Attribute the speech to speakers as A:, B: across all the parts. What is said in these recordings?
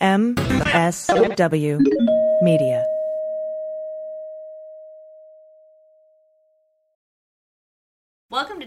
A: MSW Media.
B: Welcome to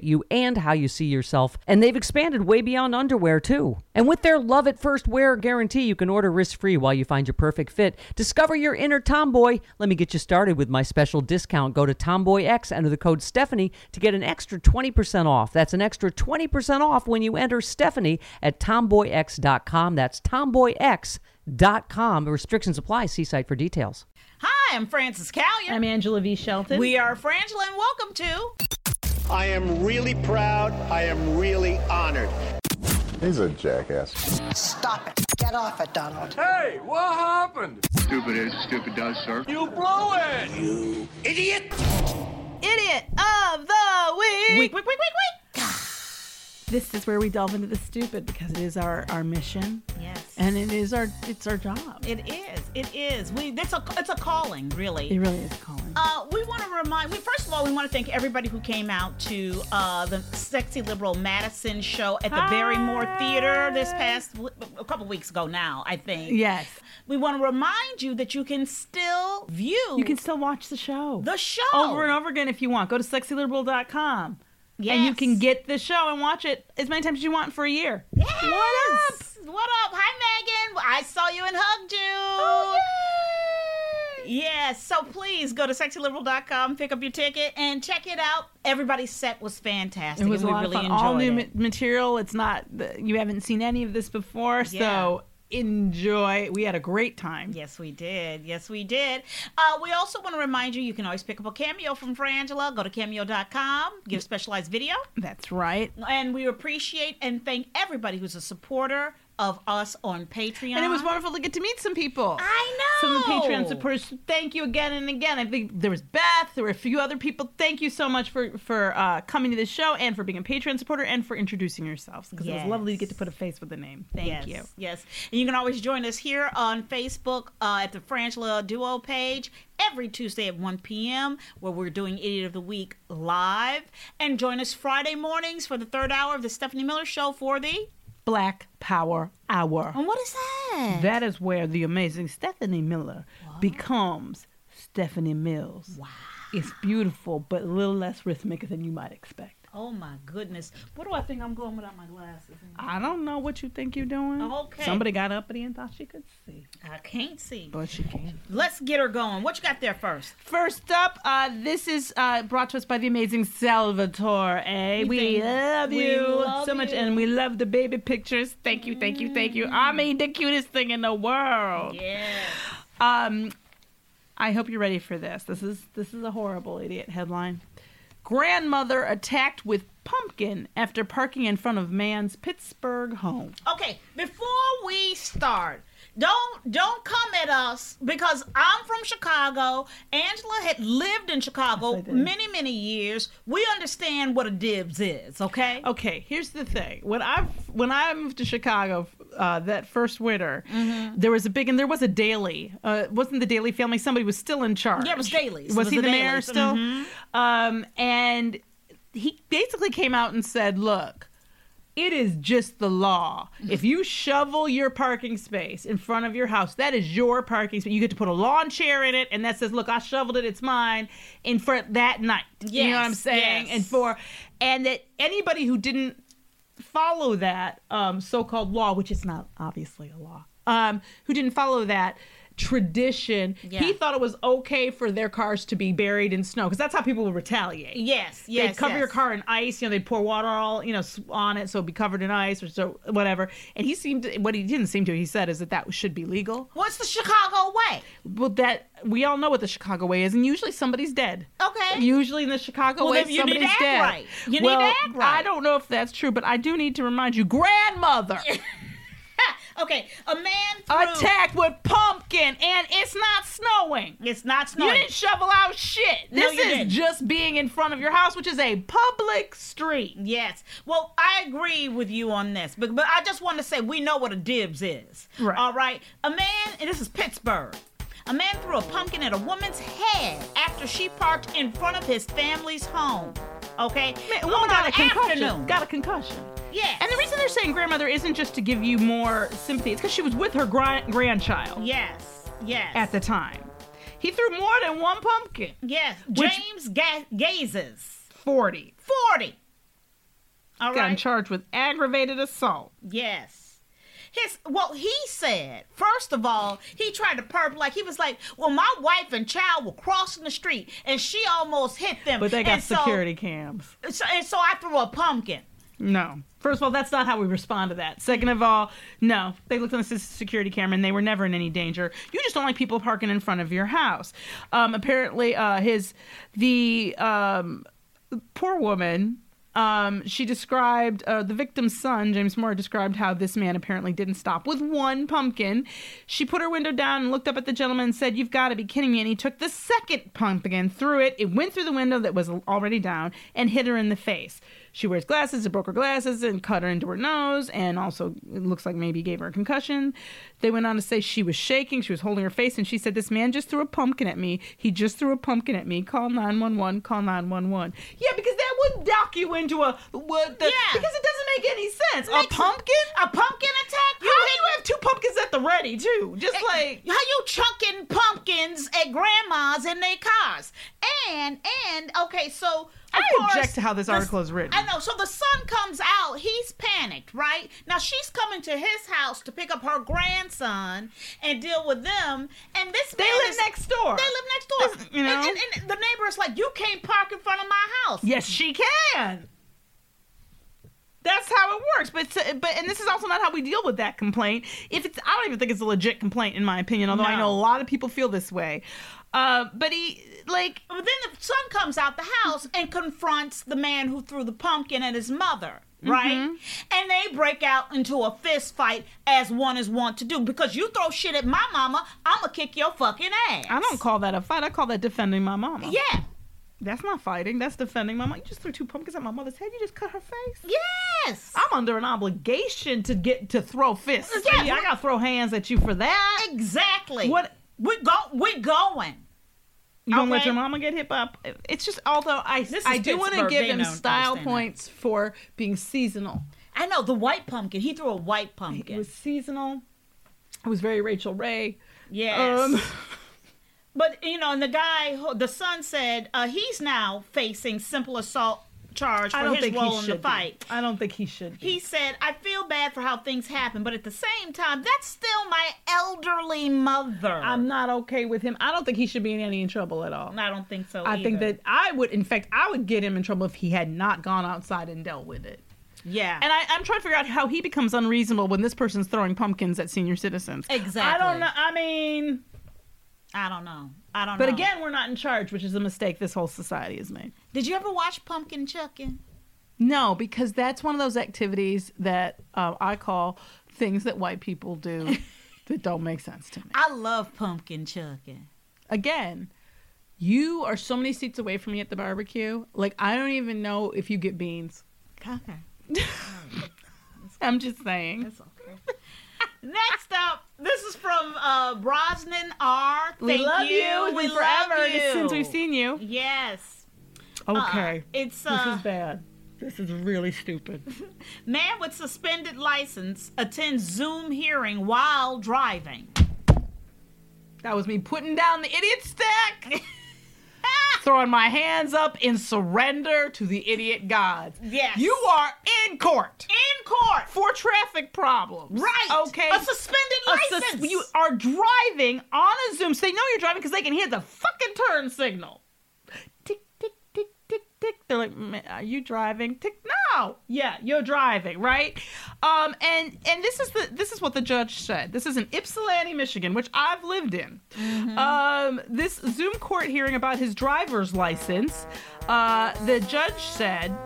C: you and how you see yourself, and they've expanded way beyond underwear too. And with their love at first wear guarantee, you can order risk-free while you find your perfect fit. Discover your inner tomboy. Let me get you started with my special discount. Go to Tomboy X under the code Stephanie to get an extra 20% off. That's an extra 20% off when you enter Stephanie at tomboyx.com. That's tomboyx.com. Restrictions apply. See site for details.
D: Hi, I'm Frances Callion. I'm Angela V. Shelton. We are Frangela, and welcome to
E: I am really proud. I am really honored.
F: He's a jackass.
G: Stop it. Get off it, Donald.
E: Hey, what happened?
H: Stupid is, stupid does, sir.
E: You blew it! You idiot!
D: Idiot of the Week. Week, week, week, week, week. This is where we delve into the stupid because it is our, our mission. Yes. And it is our it's our job. It is. It is. We that's a it's a calling, really. It really is a calling. Uh, we want to remind we first of all we want to thank everybody who came out to uh, the Sexy Liberal Madison show at the Barrymore Theater this past w- a couple weeks ago now, I think. Yes. We want to remind you that you can still view You can still watch the show. The show. Over and over again if you want. Go to sexyliberal.com. Yes. And you can get the show and watch it as many times as you want for a year. What up? What up? Hi, Megan. I saw you and hugged you. Oh, Yes, so please go to sexyliberal.com, pick up your ticket, and check it out. Everybody's set was fantastic. It was we really enjoyed All new material. It's not you haven't seen any of this before, so enjoy. We had a great time. Yes, we did. Yes, we did. Uh, we also want to remind you you can always pick up a cameo from Frangela. Go to cameo.com, give specialized video. That's right. And we appreciate and thank everybody who's a supporter of us on Patreon. And it was wonderful to get to meet some people. I know. Some Patreon supporters. Thank you again and again. I think there was Beth, there were a few other people. Thank you so much for for uh, coming to this show and for being a Patreon supporter and for introducing yourselves because it was lovely to get to put a face with a name. Thank you. Yes. And you can always join us here on Facebook uh, at the Frangela Duo page every Tuesday at 1 p.m., where we're doing Idiot of the Week live. And join us Friday mornings for the third hour of the Stephanie Miller Show for the Black Power Hour. And what is that? That is where the amazing Stephanie Miller becomes Stephanie Mills. Wow. It's beautiful, but a little less rhythmic than you might expect. Oh my goodness. What do I think I'm going without my glasses? I don't know what you think you're doing. Okay. Somebody got up and thought she could see. I can't see. But she can. Let's get her going. What you got there first? First up, uh, this is uh, brought to us by the amazing Salvatore. Eh? We love you so much, and we love the baby pictures. Thank you, thank you, thank you. I mean, the cutest thing in the world. Yeah. Um, I hope you're ready for this. This is this is a horrible idiot headline. Grandmother attacked with pumpkin after parking in front of man's Pittsburgh home.
I: Okay, before we start, don't don't come at us because I'm from Chicago. Angela had lived in Chicago many many years. We understand what a dibs is, okay?
D: Okay, here's the thing. When I when I moved to Chicago uh, that first winter,
I: Mm-hmm.
D: there was a big and there was a daily. Uh, it wasn't the Daily Family? Somebody was still in charge.
I: Yeah, it was Dailies.
D: Was,
I: It was
D: he
I: the
D: the, mayor
I: Dailies.
D: still?
I: Mhm.
D: Um, and he basically came out and said, "Look." It is just the law.
I: Mm-hmm.
D: If you shovel your parking space in front of your house, that is your parking space. You get to put a lawn chair in it, and that says, "Look, I shoveled it. It's mine." In front that night, you know what I'm
I: Yes,
D: saying?
I: yes.
D: And for, and that anybody who didn't follow that um, so-called law, which is not obviously a law, um, who didn't follow that tradition,
I: Yeah.
D: he thought it was okay for their cars to be buried in snow because that's how people would retaliate.
I: Yes, yes,
D: They'd cover your
I: yes.
D: car in ice. You know, they'd pour water all you know s- on it, so it'd be covered in ice or so whatever. And he seemed what he didn't seem to. He said is that that should be legal.
I: What's the Chicago way?
D: Well, that we all know what the Chicago way is, and usually somebody's dead.
I: Okay.
D: Usually in the Chicago
I: Well,
D: way,
I: then you need
D: somebody's
I: to act
D: dead.
I: right. You need to
D: Well,
I: act right.
D: I don't know if that's true, but I do need to remind you, grandmother
I: Okay, a man threw-
D: attacked with pumpkin, and it's not snowing.
I: It's not
D: You
I: snowing.
D: didn't shovel out shit.
I: No,
D: This
I: you
D: is
I: didn't.
D: just being in front of your house, which is a public street.
I: Yes. Well, I agree with you on this, but, but I just want to say we know what a dibs is.
D: Right.
I: All right. A man, and this is Pittsburgh. A man threw a pumpkin at a woman's head after she parked in front of his family's home. Okay.
D: Man, a
I: On
D: woman got
I: an
D: a concussion.
I: Oh afternoon.
D: Got a concussion.
I: Yes.
D: And the reason they're saying grandmother isn't just to give you more sympathy, it's because she was with her grand- grandchild
I: Yes. Yes.
D: at the time. He threw more than one pumpkin.
I: yes.
D: Which-
I: James Ga- Gazes,
D: 40.
I: forty. All
D: Got
I: right.
D: charged with aggravated assault.
I: Yes. His well, he said, first of all, he tried to perp like he was like, Well, my wife and child were crossing the street and she almost hit them.
D: But they got
I: and so-
D: security cams.
I: So, and so I threw a pumpkin.
D: No. First of all, that's not how we respond to that. Second of all, no. They looked on the s- security camera and they were never in any danger. You just don't like people parking in front of your house. Um, apparently, uh, his the um, poor woman. Um, she described uh, the victim's son, James Moore, described how this man apparently didn't stop with one pumpkin. She put her window down and looked up at the gentleman and said, You've got to be kidding me. And he took the second pumpkin, threw it, it went through the window that was already down, and hit her in the face. She wears glasses, it broke her glasses and cut her into her nose, and also it looks like maybe gave her a concussion. They went on to say she was shaking, she was holding her face, and she said, This man just threw a pumpkin at me. He just threw a pumpkin at me. Call 911, call 911. Yeah, because that would dock you into a. What the,
I: Yeah.
D: Because it doesn't make any sense. A
I: Makes-
D: pumpkin?
I: A pumpkin attack?
D: How do you have two pumpkins at the ready, too? Just like.
I: Eh, how you chucking pumpkins at grandmas in their cars? And and okay, so of
D: I
I: course,
D: object to how this
I: the-
D: article is written.
I: I know. So the son comes out. He's panicked, right? Now she's coming to his house to pick up her grandson and deal with them. And this
D: They
I: man
D: live
I: is-
D: next door.
I: They live next door.
D: This- you know?
I: and, and, and the neighbor is like, "You can't park in front of my house."
D: Yes, she can. That's how it works. But to- but and this is also not how we deal with that complaint. If it's I don't even think it's a legit complaint in my opinion, although I
I: No.
D: know a lot of people feel this way. Uh, but he like
I: But then the son comes out the house and confronts the man who threw the pumpkin at his mother,
D: Mm-hmm.
I: right? And they break out into a fist fight as one is wont to do because you throw shit at my mama, I'ma kick your fucking ass.
D: I don't call that a fight. I call that defending my mama.
I: Yeah.
D: That's not fighting. That's defending my mom. You just threw two pumpkins at my mother's head. You just cut her face.
I: Yes.
D: I'm under an obligation to get to throw fists.
I: Yeah.
D: I gotta throw hands at you for that.
I: Exactly.
D: What
I: we go we going.
D: You gonna let
I: Okay.
D: your mama get hit by? A, it's just although I
I: This is
D: I do want to
I: Pittsburgh.
D: give
I: They
D: him
I: don't
D: style
I: understand that.
D: points for being seasonal.
I: I know the white pumpkin. He threw a white
D: It
I: pumpkin.
D: was seasonal. It was very Rachel Ray. Um,
I: yes. But you know, and the guy, who- the son said uh, he's now facing simple assault charge for
D: I don't
I: his
D: think
I: role
D: he
I: in
D: should
I: the
D: be.
I: fight.
D: I don't think he should. Be.
I: He said, I feel bad for how things happen, but at the same time, that's still my elderly mother.
D: I'm not okay with him. I don't think he should be in any trouble at all.
I: I don't think so.
D: I think
I: either.
D: that I would, in fact, I would get him in trouble if he had not gone outside and dealt with it.
I: Yeah.
D: And I, I'm trying to figure out how he becomes unreasonable when this person's throwing pumpkins at senior citizens. I
I: Exactly.
D: don't know. I mean,
I: I don't know. I don't
D: But
I: know.
D: Oh. again, we're not in charge, which is a mistake this whole society has made.
I: Did you ever watch Pumpkin Chucking?
D: No, because that's one of those activities that uh, I call things that white people do that don't make sense to me.
I: I love pumpkin chucking.
D: Again, you are so many seats away from me at the barbecue. Like I don't even know if you get beans.
I: Okay.
D: I'm just saying.
I: Next up, this is from uh, Brosnan R. Thank
D: we love you. It's
I: We
D: been forever
I: love you.
D: since we've seen you.
I: Yes.
D: Okay.
I: Uh, it's
D: this
I: uh,
D: is bad. This is really stupid.
I: man with suspended license attends Zoom hearing while driving.
D: That was me putting down the idiot stick. Throwing my hands up in surrender to the idiot gods.
I: Yes.
D: You are in court
I: In court.
D: for traffic problems.
I: Right.
D: Okay.
I: A suspended
D: A sus-
I: license.
D: you are driving on a Zoom. So they know you're driving because they can hear the fucking turn signal. Tick, tick, tick, tick, tick. They're like, "Ma- are you driving? Tick. No. Yeah, you're driving, right? Um, and and this is the this is what the judge said. This is in Ypsilanti, Michigan, which I've lived in.
I: Mm-hmm.
D: Um, this Zoom court hearing about his driver's license. Uh, the judge said.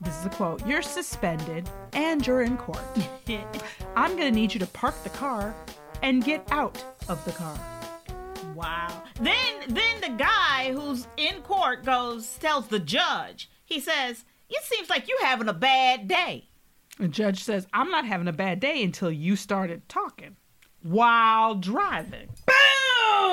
D: This is a quote. You're suspended and you're in court. I'm going to need you to park the car and get out of the car.
I: Wow. Then then the guy who's in court goes tells the judge. He says, "It seems like you having a bad day."
D: The judge says, I'm not having a bad day until you started talking while driving.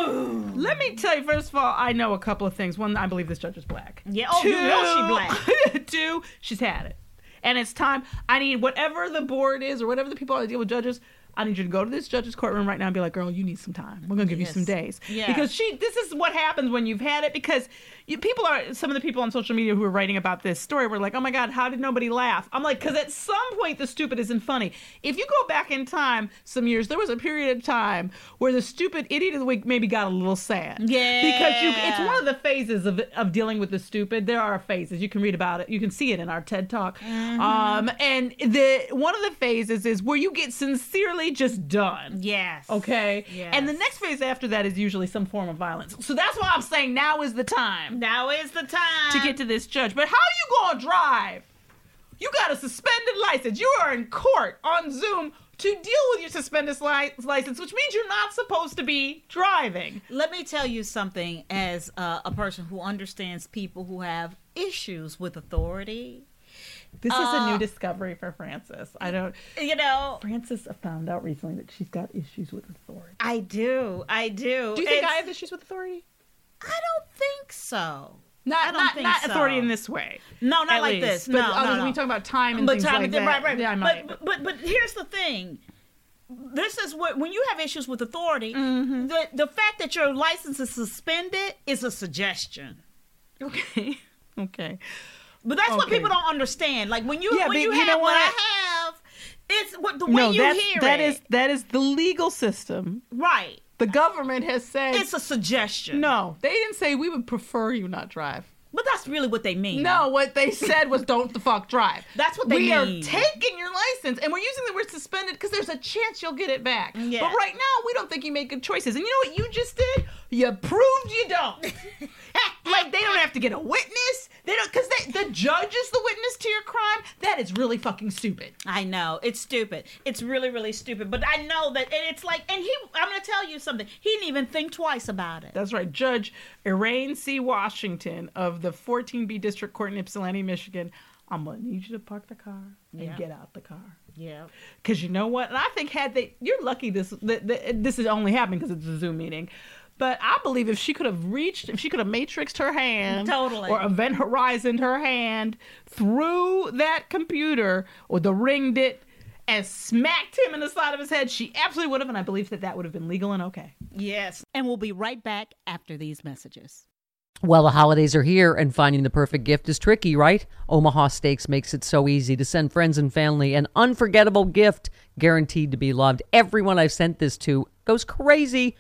D: Boom! Let me tell you, first of all, I know a couple of things. One, I believe this judge is black.
I: Yeah. Oh, you know she black.
D: black. Two, she's had it. And it's time. I need whatever the board is or whatever the people are that deal with judges. I need you to go to this judge's courtroom right now and be like, girl, you need some time. We're gonna give you some days.
I: Yeah.
D: Because she this is what happens when you've had it because you, people are some of the people on social media who are writing about this story were like, "Oh my god, how did nobody laugh?" I'm like, "Cuz at some point the stupid isn't funny." If you go back in time some years, there was a period of time where the stupid idiot of the week maybe got a little sad.
I: Yeah.
D: Because you it's one of the phases of of dealing with the stupid. There are phases. You can read about it. You can see it in our TED Talk.
I: Mm-hmm.
D: Um and the one of the phases is where you get sincerely just done.
I: Yes.
D: Okay.
I: Yes.
D: And the next phase after that is usually some form of violence. So that's why I'm saying now is the time
I: Now is the time
D: to get to this judge. But how you gonna drive? You got a suspended license. You are in court on Zoom to deal with your suspended li- license, which means you're not supposed to be driving.
I: Let me tell you something as uh, a person who understands people who have issues with authority.
D: This is a
I: Uh,
D: new discovery for Frances. I don't.
I: You know,
D: Frances found out recently that she's got issues with authority.
I: I do. I do.
D: Do you think
I: It's-
D: I have issues with authority?
I: I don't think so.
D: Not,
I: I don't
D: not,
I: think
D: not
I: so.
D: authority in this way.
I: No, not
D: At
I: like
D: least.
I: this.
D: But
I: no,
D: I
I: no,
D: was-
I: no.
D: we talking about time and
I: but
D: things
I: time
D: like
I: and then-
D: that.
I: Right, right.
D: Yeah, I might.
I: but, but but here's the thing. This is what when you have issues with authority,
D: Mm-hmm.
I: the the fact that your license is suspended is a suggestion.
D: Okay. Okay.
I: But that's what
D: Okay.
I: people don't understand. Like when you
D: Yeah,
I: when
D: but
I: you,
D: you
I: have
D: know
I: what
D: what?
I: I have, it's what the way
D: no,
I: you
D: that's,
I: hear
D: that
I: it.
D: is- that is the legal system.
I: right.
D: The government has said
I: It's a suggestion.
D: no. They didn't say we would prefer you not drive.
I: But that's really what they mean.
D: No, what they said was don't the fuck drive.
I: That's what they
D: we
I: mean.
D: are taking your license and we're using the word suspended because there's a chance you'll get it back.
I: Yeah.
D: But right now we don't think you made good choices. And you know what you just did? You proved you don't. like they don't have to get a witness. They don't because the judge is the witness to your crime. That is really fucking stupid.
I: I know it's stupid. It's really, really stupid. But I know that, and it's like, and he. I'm gonna tell you something. He didn't even think twice about it.
D: That's right. Judge Elaine C. Washington of the 14B District Court in Ypsilanti, Michigan. I'm gonna need you to park the car and
I: Yeah.
D: get out the car.
I: Yeah.
D: Because you know what? And I think had they, you're lucky this that, that, this is only happening because it's a Zoom meeting. But I believe if she could have reached, if she could have matrixed her hand,
I: Totally.
D: or event horizoned her hand through that computer or the ringed it and smacked him in the side of his head, she absolutely would have. And I believe that that would have been legal and okay.
I: Yes. And we'll be right back after these messages.
C: Well, the holidays are here, and finding the perfect gift is tricky, right? Omaha Steaks makes it so easy to send friends and family an unforgettable gift guaranteed to be loved. Everyone I've sent this to goes crazy.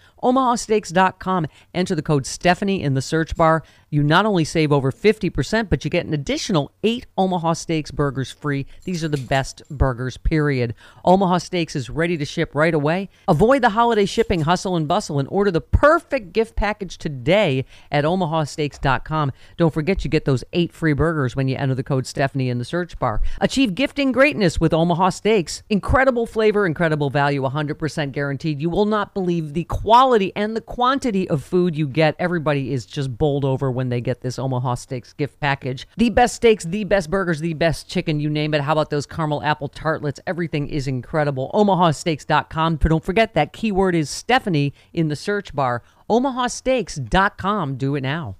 C: omahasteaks.com. Enter the code Stephanie in the search bar. You not only save over 50%, but you get an additional eight Omaha Steaks burgers free. These are the best burgers, period. Omaha Steaks is ready to ship right away. Avoid the holiday shipping hustle and bustle and order the perfect gift package today at omahasteaks.com. Don't forget you get those eight free burgers when you enter the code Stephanie in the search bar. Achieve gifting greatness with Omaha Steaks. Incredible flavor, incredible value, 100% guaranteed. You will not believe the quality and the quantity of food you get. Everybody is just bowled over when they get this Omaha Steaks gift package. The best steaks, the best burgers, the best chicken, you name it. How about those caramel apple tartlets? Everything is incredible. OmahaSteaks.com. But don't forget that keyword is Stephanie in the search bar. OmahaSteaks.com. Do it now.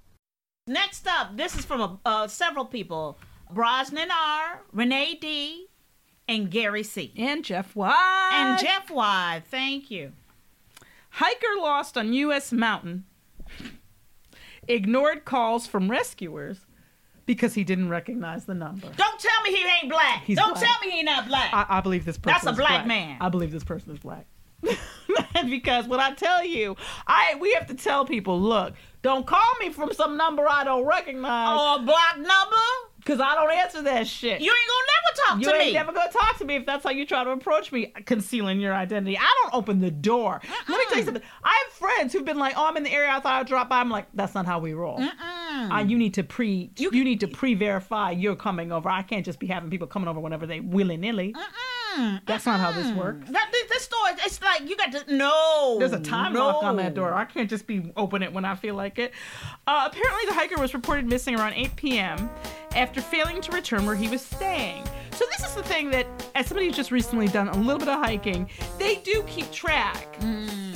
I: Next up, this is from a, uh, several people: Brosnan R, Renee D, and Gary C,
D: and Jeff Y,
I: and Jeff Y. Thank you.
D: Hiker lost on U.S. mountain. Ignored calls from rescuers because he didn't recognize the number.
I: Don't tell me he ain't black.
D: He's
I: Don't
D: black.
I: tell me he not black.
D: I, I believe this person.
I: That's a
D: is
I: black man.
D: I believe this person is black. because when I tell you, I we have to tell people, look, don't call me from some number I don't recognize.
I: Or a Oh, block number?
D: Because I don't answer that shit.
I: You ain't gonna never talk
D: You
I: to
D: ain't
I: me.
D: never gonna talk to me if that's how you try to approach me, concealing your identity. I don't open the door. Let me tell you something. I have friends who've been like, "Oh, I'm in the area. I thought I'd drop by." I'm like, "That's not how we roll. Uh, you need to pre, you, need to pre-verify you're coming over. I can't just be having people coming over whenever they willy nilly. That's not how this works.
I: That this, this store, it's like you got to no.
D: There's a time
I: no.
D: lock on that door. I can't just be open it when I feel like it. Uh, apparently, the hiker was reported missing around 8 p.m. after failing to return where he was staying. So this is the thing that, as somebody who's just recently done a little bit of hiking, they do keep track.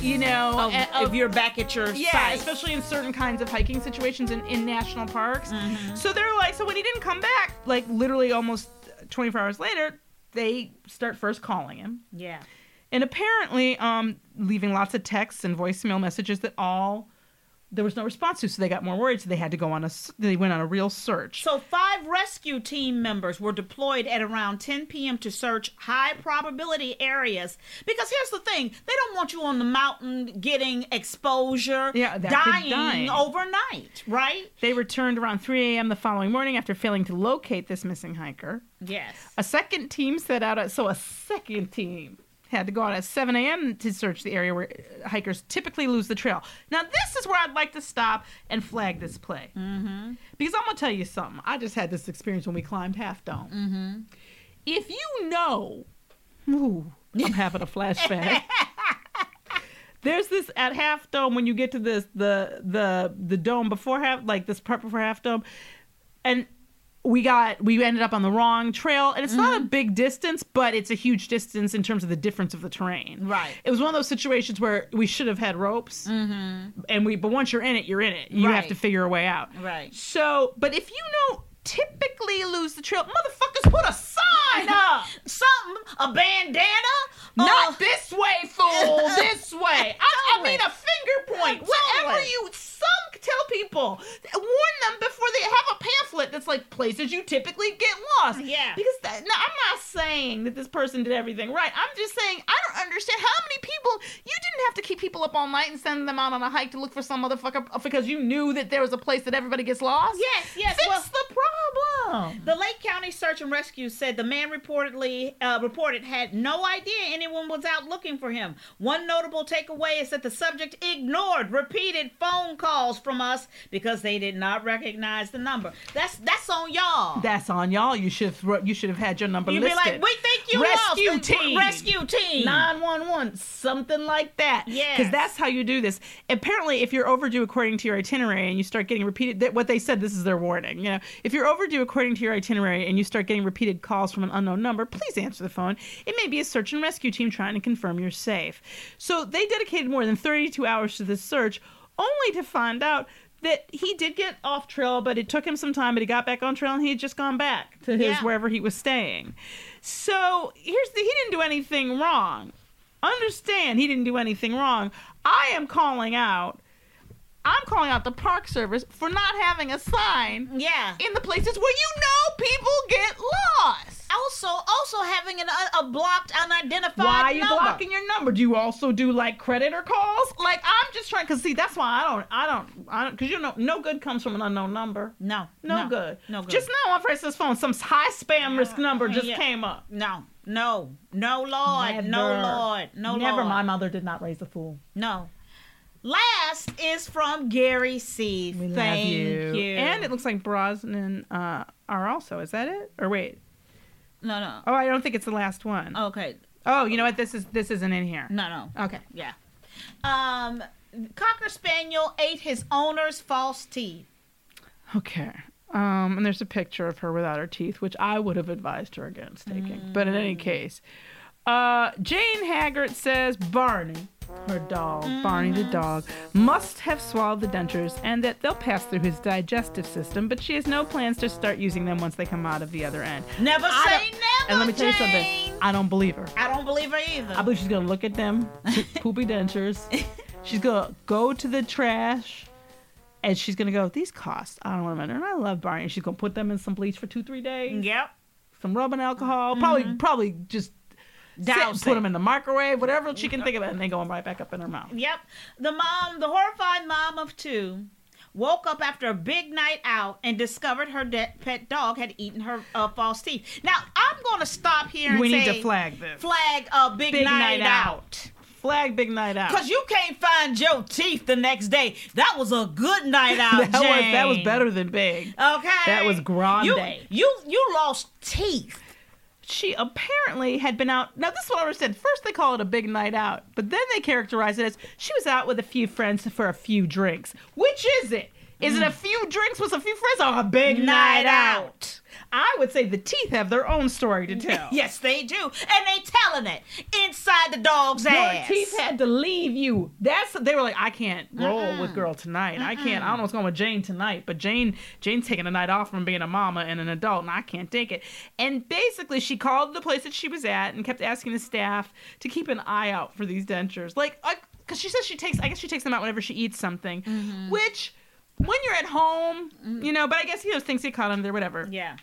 D: You know,
I: Mm. Of-
D: a-
I: if you're back at uh, your
D: yeah,
I: site.
D: especially in certain kinds of hiking situations in, in national parks.
I: Mm-hmm.
D: So they're like, so when he didn't come back, like literally almost 24 hours later, they start first calling him.
I: Yeah.
D: And apparently, um, leaving lots of texts and voicemail messages that all there was no response to, so they got more worried. So they had to go on a s- they went on a real search.
I: So five rescue team members were deployed at around 10 p.m. to search high probability areas. Because here's the thing, they don't want you on the mountain getting exposure,
D: Yeah, that could
I: dying,
D: die.
I: overnight, right?
D: They returned around 3 a.m. the following morning after failing to locate this missing hiker.
I: Yes.
D: A second team set out, at, so a second team had to go out at 7 a.m. to search the area where uh, hikers typically lose the trail. Now, this is where I'd like to stop and flag this play. Mm-hmm. Because I'm going to tell you something. I just had this experience when we climbed Half Dome. Mm-hmm. If you know, ooh, I'm having a flashback. There's this at Half Dome when you get to this the the the dome before half like this prep before Half Dome, and we got we ended up on the wrong trail and it's not a
I: Mm-hmm.
D: big distance but it's a huge distance in terms of the difference of the terrain
I: Right.
D: it was one of those situations where we should have had ropes and we but once you're in it you're in it you have
I: Mm-hmm. Right.
D: to figure a way out
I: Right.
D: so but if you know typically you lose the trail motherfuckers put a sign up
I: Something, a bandana,
D: not
I: uh,
D: this way fool this way I, I mean a finger point whatever
I: Totally.
D: you some tell people warn them before they have a pamphlet that's like places you typically get lost
I: Yeah.
D: because that, now I'm not saying that this person did everything right. I'm just saying I don't understand how many people you didn't have to keep people up all night and send them out on a hike to look for some motherfucker because you knew that there was a place that everybody gets lost.
I: Yes, yes,
D: Fix
I: well-
D: the problem.
I: The Lake County Search and Rescue said the man reportedly uh, reported had no idea anyone was out looking for him. One notable takeaway is that the subject ignored repeated phone calls from us because they did not recognize the number. That's that's on y'all.
D: That's on y'all. You should have you should have had your number
I: You'd be like, we think you
D: Rescue
I: lost.
D: team.
I: Rescue team.
D: 911, something like that.
I: Yes.
D: Because that's how you do this. Apparently, if you're overdue according to your itinerary and you start getting repeated, that what they said, this is their warning. You know, if you're overdue according to your itinerary and you start getting repeated calls from an unknown number, please answer the phone. It may be a search and rescue team trying to confirm you're safe. So they dedicated more than 32 hours to this search, only to find out that he did get off trail, but it took him some time, but he got back on trail and he had just gone back to his
I: Yeah.
D: wherever he was staying. So here's the he didn't do anything wrong. Understand he didn't do anything wrong. I am calling out I'm calling out the Park Service for not having a sign
I: Yeah.
D: in the places where you know people get lost.
I: also, also also having an, a, a blocked, unidentified
D: Why are you
I: number.
D: blocking your number? Do you also do like creditor calls? Like I'm just trying because see that's why I don't I don't I don't because you know no good comes from an unknown number.
I: No,
D: no,
I: no,
D: good,
I: no good.
D: Just now on Francis' phone, some high spam risk number just
I: yeah.
D: came up.
I: No, no, no, Lord, no,
D: Never.
I: Lord, no,
D: Never.
I: Lord.
D: My mother did not raise a fool.
I: No. Last is from Gary C.
D: We
I: Thank you.
D: And it looks like Brosnan uh, are also. Is that it? Or wait.
I: no, no.
D: Oh, I don't think it's the last one.
I: Okay.
D: Oh, you know what? This is this isn't in here.
I: No, no.
D: Okay.
I: Yeah. Um, Cocker Spaniel ate his owner's false teeth.
D: Okay. Um, and there's a picture of her without her teeth, which I would have advised her against taking. But in any case, uh, Jane Haggard says Barney, her dog, Barney the dog, must have swallowed the dentures and that they'll pass through his digestive system, but she has no plans to start using them once they come out of the other end.
I: Never
D: I
I: say
D: don't-
I: never.
D: And let me tell you
I: Jane.
D: something I don't believe her.
I: I don't believe her either.
D: I believe she's gonna look at them t- poopy dentures. She's gonna go to the trash, and she's gonna go. These cost. I don't want them. And I love Barney. And she's gonna put them in some bleach for two, three days.
I: Yep.
D: Some rubbing alcohol.
I: Mm-hmm.
D: Probably, probably just sit and
I: Douse
D: put
I: it.
D: them in the microwave. Whatever she can think of, it, and they going right back up in her mouth.
I: Yep. The mom, the horrified mom of two, woke up after a big night out and discovered her de- pet dog had eaten her uh, false teeth. Now, I'm going to stop here and
D: We need
I: say,
D: to flag this.
I: Flag a big, night, out.
D: Flag big night out.
I: Because you can't find your teeth the next day. That was a good night out,
D: that was that was
I: Jane. Oh,
D: better than big.
I: Okay.
D: That was grande.
I: You, you, you lost teeth.
D: she apparently had been out. Now, this is what I understand. First, they call it a big night out, but then they characterize it as she was out with a few friends for a few drinks. Which is it? Is it a few drinks with a few friends or a big Mm. night,
I: Night
D: out? I would say the teeth have their own story to tell.
I: Yes, they do. And they telling it inside the dog's
D: Your
I: ass.
D: teeth had to leave you. That's they were like, I can't roll with girl tonight. I can't. I don't know what's going with Jane tonight, but Jane, Jane's taking a night off from being a mama and an adult, and I can't take it. And basically, she called the place that she was at and kept asking the staff to keep an eye out for these dentures, like, because she says she takes. I guess she takes them out whenever she eats something, which. When you're at home, you know, but I guess he those things he caught under there, whatever.
I: Yeah.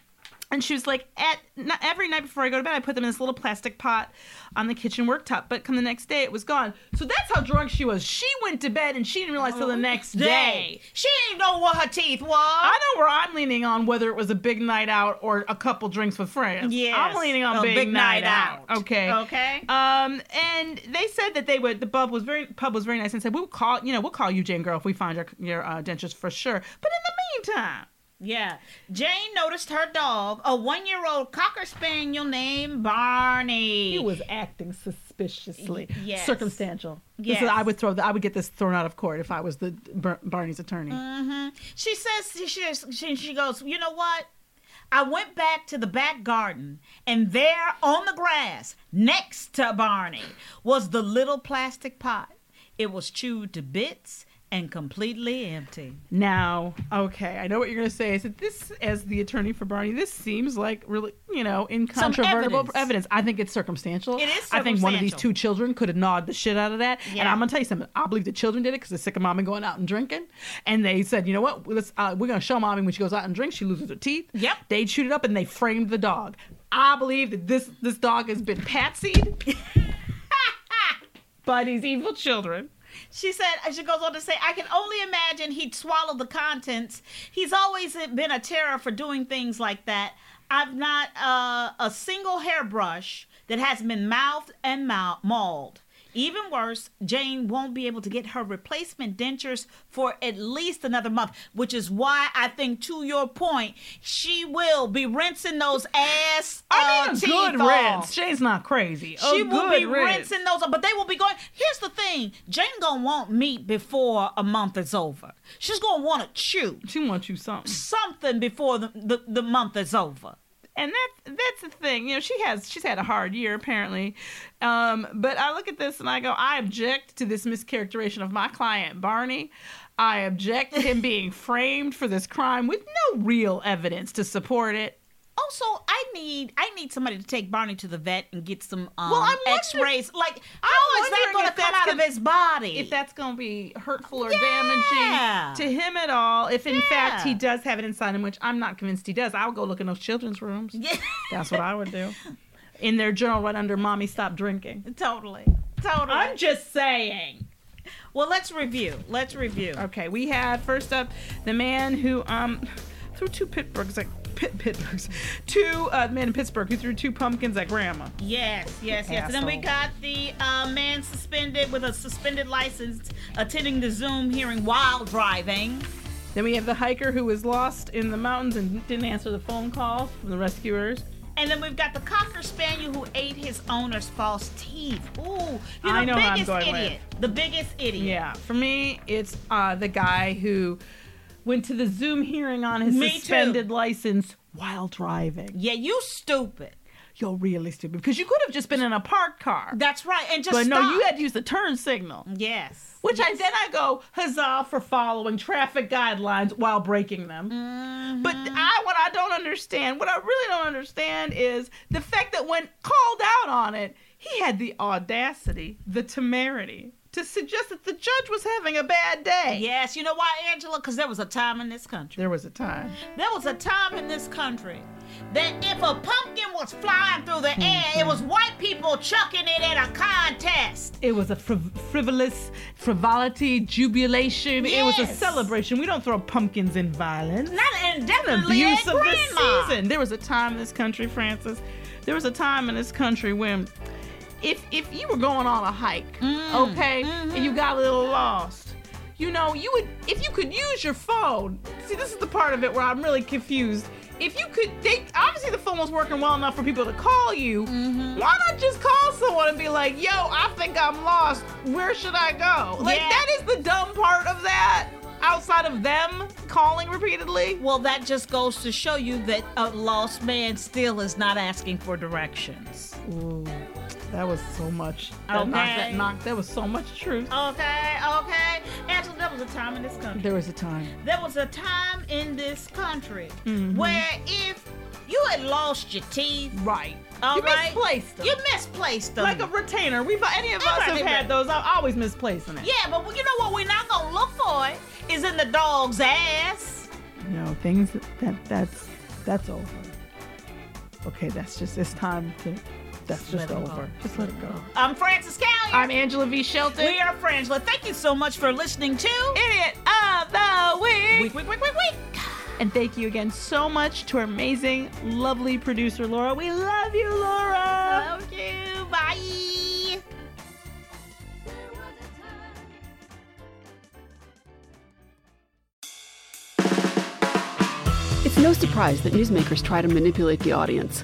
D: And she was like, at n- every night before I go to bed, I put them in this little plastic pot on the kitchen worktop. But come the next day, it was gone. So that's how drunk she was. She went to bed and she didn't realize
I: Oh,
D: till the next day.
I: Day. She didn't know what her teeth was.
D: I know where I'm leaning on whether it was a big night out or a couple drinks with friends.
I: Yes.
D: I'm leaning on
I: A
D: big,
I: big night
D: night, out.
I: out.
D: Okay.
I: Okay.
D: Um, and they said that they would. The pub was very pub was very nice and said we'll call you know we'll call you Jane girl if we find your your uh, dentures for sure. But in the meantime,
I: Yeah. Jane noticed her dog, a one year old cocker spaniel named Barney.
D: He was acting suspiciously,
I: Y- yes.
D: circumstantial. This is-
I: Yes.
D: I would throw. The, I would get this thrown out of court if I was the Bar- Barney's attorney.
I: Uh. She says, she, she, she- she goes, you know what? I went back to the back garden, and there on the grass, next to Barney, was the little plastic pot. It was chewed to bits and completely empty.
D: Now, okay, I know what you're going to say. Is that this, as the attorney for Barney, this seems like really, you know, incontrovertible
I: evidence.
D: evidence. I think it's circumstantial.
I: It is
D: I think one of these
I: circumstantial.
D: two children could have gnawed the shit out of that. And
I: Yeah.
D: I'm going to tell you something. I believe the children did it because they're sick of mommy going out and drinking. And they said, you know what? Let's, uh, we're going to show mommy when she goes out and drinks, she loses her teeth.
I: Yep.
D: They chewed it up and they framed the dog. I believe that this this dog has been patsied by these evil children.
I: She said, she goes on to say, I can only imagine he'd swallow the contents. He's always been a terror for doing things like that. I've not uh, a single hairbrush that hasn't been mouthed and mou- mauled. Even worse, Jane won't be able to get her replacement dentures for at least another month, which is why I think, to your point, she will be rinsing those ass
D: I
I: uh,
D: mean, a
I: teeth
D: good
I: off.
D: rinse. Shane's not crazy.
I: She
D: a
I: will
D: Oh, good
I: be
D: rinse.
I: rinsing those, but they will be going. Here's the thing: Jane gonna want meat before a month is over. She's gonna want to chew
D: She wants you something.
I: something before the, the, the month is over.
D: and that that's the thing. You know, she has she's had a hard year apparently. Um, but I look at this and I go, I object to this mischaracterization of my client Barney. I object to him being framed for this crime with no real evidence to support it.
I: Also, I need I need somebody to take Barney to the vet and get some um,
D: Well, I'm wondering-
I: X-rays. Like,
D: I'm
I: how is that
D: wondering
I: gonna
D: if that's
I: come out of
D: gonna-
I: his body?
D: If that's going to be hurtful or
I: Yeah.
D: damaging to him at all, if in fact
I: Yeah.
D: he does have it inside him, which I'm not convinced he does, I would go look in those children's rooms.
I: yeah.
D: That's what I would do. in their journal right under "Mommy Stop Drinking."
I: Totally. Totally.
D: I'm just saying.
I: Well, let's review. Let's review.
D: Okay, we had first up the man who um threw two Pittsburghs like Pit, Pittsburghs, two uh, man in Pittsburgh who threw two pumpkins at grandma.
I: Yes, yes, yes. And then we got the uh, man suspended with a suspended license attending the Zoom hearing while driving.
D: Then we have the hiker who was lost in the mountains and didn't answer the phone call from the rescuers.
I: And then we've got the cocker spaniel who ate his owner's false teeth. Ooh, you're
D: I
I: the
D: know who I'm
I: biggest
D: going with.
I: idiot. The biggest idiot.
D: Yeah, for me, it's uh, the guy who went to the Zoom hearing on his
I: Me too.
D: suspended license while driving.
I: Yeah, you stupid.
D: You're really stupid because you could have just been in a parked car.
I: That's right. And just
D: but no,
I: stop.
D: you had to use the turn signal.
I: Yes.
D: Which I then I go huzzah for following traffic guidelines while breaking them. But
I: Mm-hmm.
D: I what I don't understand, what I really don't understand is the fact that when called out on it, he had the audacity, the temerity to suggest that the judge was having a bad day.
I: Yes, you know why, Angela? Because there was a time in this country.
D: There was a time.
I: There was a time in this country that if a pumpkin was flying through
D: Hmm.
I: the air, it was white people chucking it at a contest.
D: It was a friv- frivolous frivolity, jubilation. It was a
I: Yes.
D: celebration. We don't throw pumpkins in violence.
I: Not and
D: an
I: definitely
D: abuse
I: at
D: of the
I: grandma.
D: season. There was a time in this country, Francis. There was a time in this country when, if if you were going on a hike,
I: Mm,
D: okay, and
I: mm-hmm.
D: you got a little lost, you know, you would if you could use your phone. See, this is the part of it where I'm really confused. If you could, they obviously the phone was working well enough for people to call you.
I: Mm-hmm.
D: Why not just call someone and be like, "Yo, I think I'm lost. Where should I go?" Like
I: Yeah.
D: that is the dumb part of that. Outside of them calling repeatedly.
I: Well, that just goes to show you that a lost man still is not asking for directions.
D: Ooh, that was so much. That knocked, that
I: Okay.
D: knocked. That was so much truth.
I: Okay, okay. Angela, there was a time in this country.
D: There was a time.
I: There was a time Mm-hmm. in this country where if you had lost your teeth,
D: Right.
I: all
D: you
I: right,
D: misplaced them.
I: you misplaced them.
D: like a retainer. We've any of us have
I: Everybody-
D: had those. I'm always misplacing it.
I: yeah, but you know what? We're not gonna look for it. Is in the dog's ass.
D: You know things that, that that's that's over. Okay, that's just it's time to. That's just over. Just let it go.
I: I'm Francis Callion.
D: I'm Angela V. Shelton.
I: we are Frangela. Thank you so much for listening to
D: idiot of the week.
I: Week, Week, Week, Week, Week.
D: And thank you again so much to our amazing, lovely producer Laura. We love you, Laura.
I: Love you. Bye.
J: It's no surprise that newsmakers try to manipulate the audience.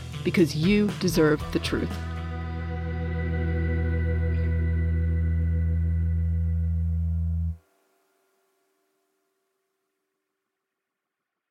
J: because you deserve the truth.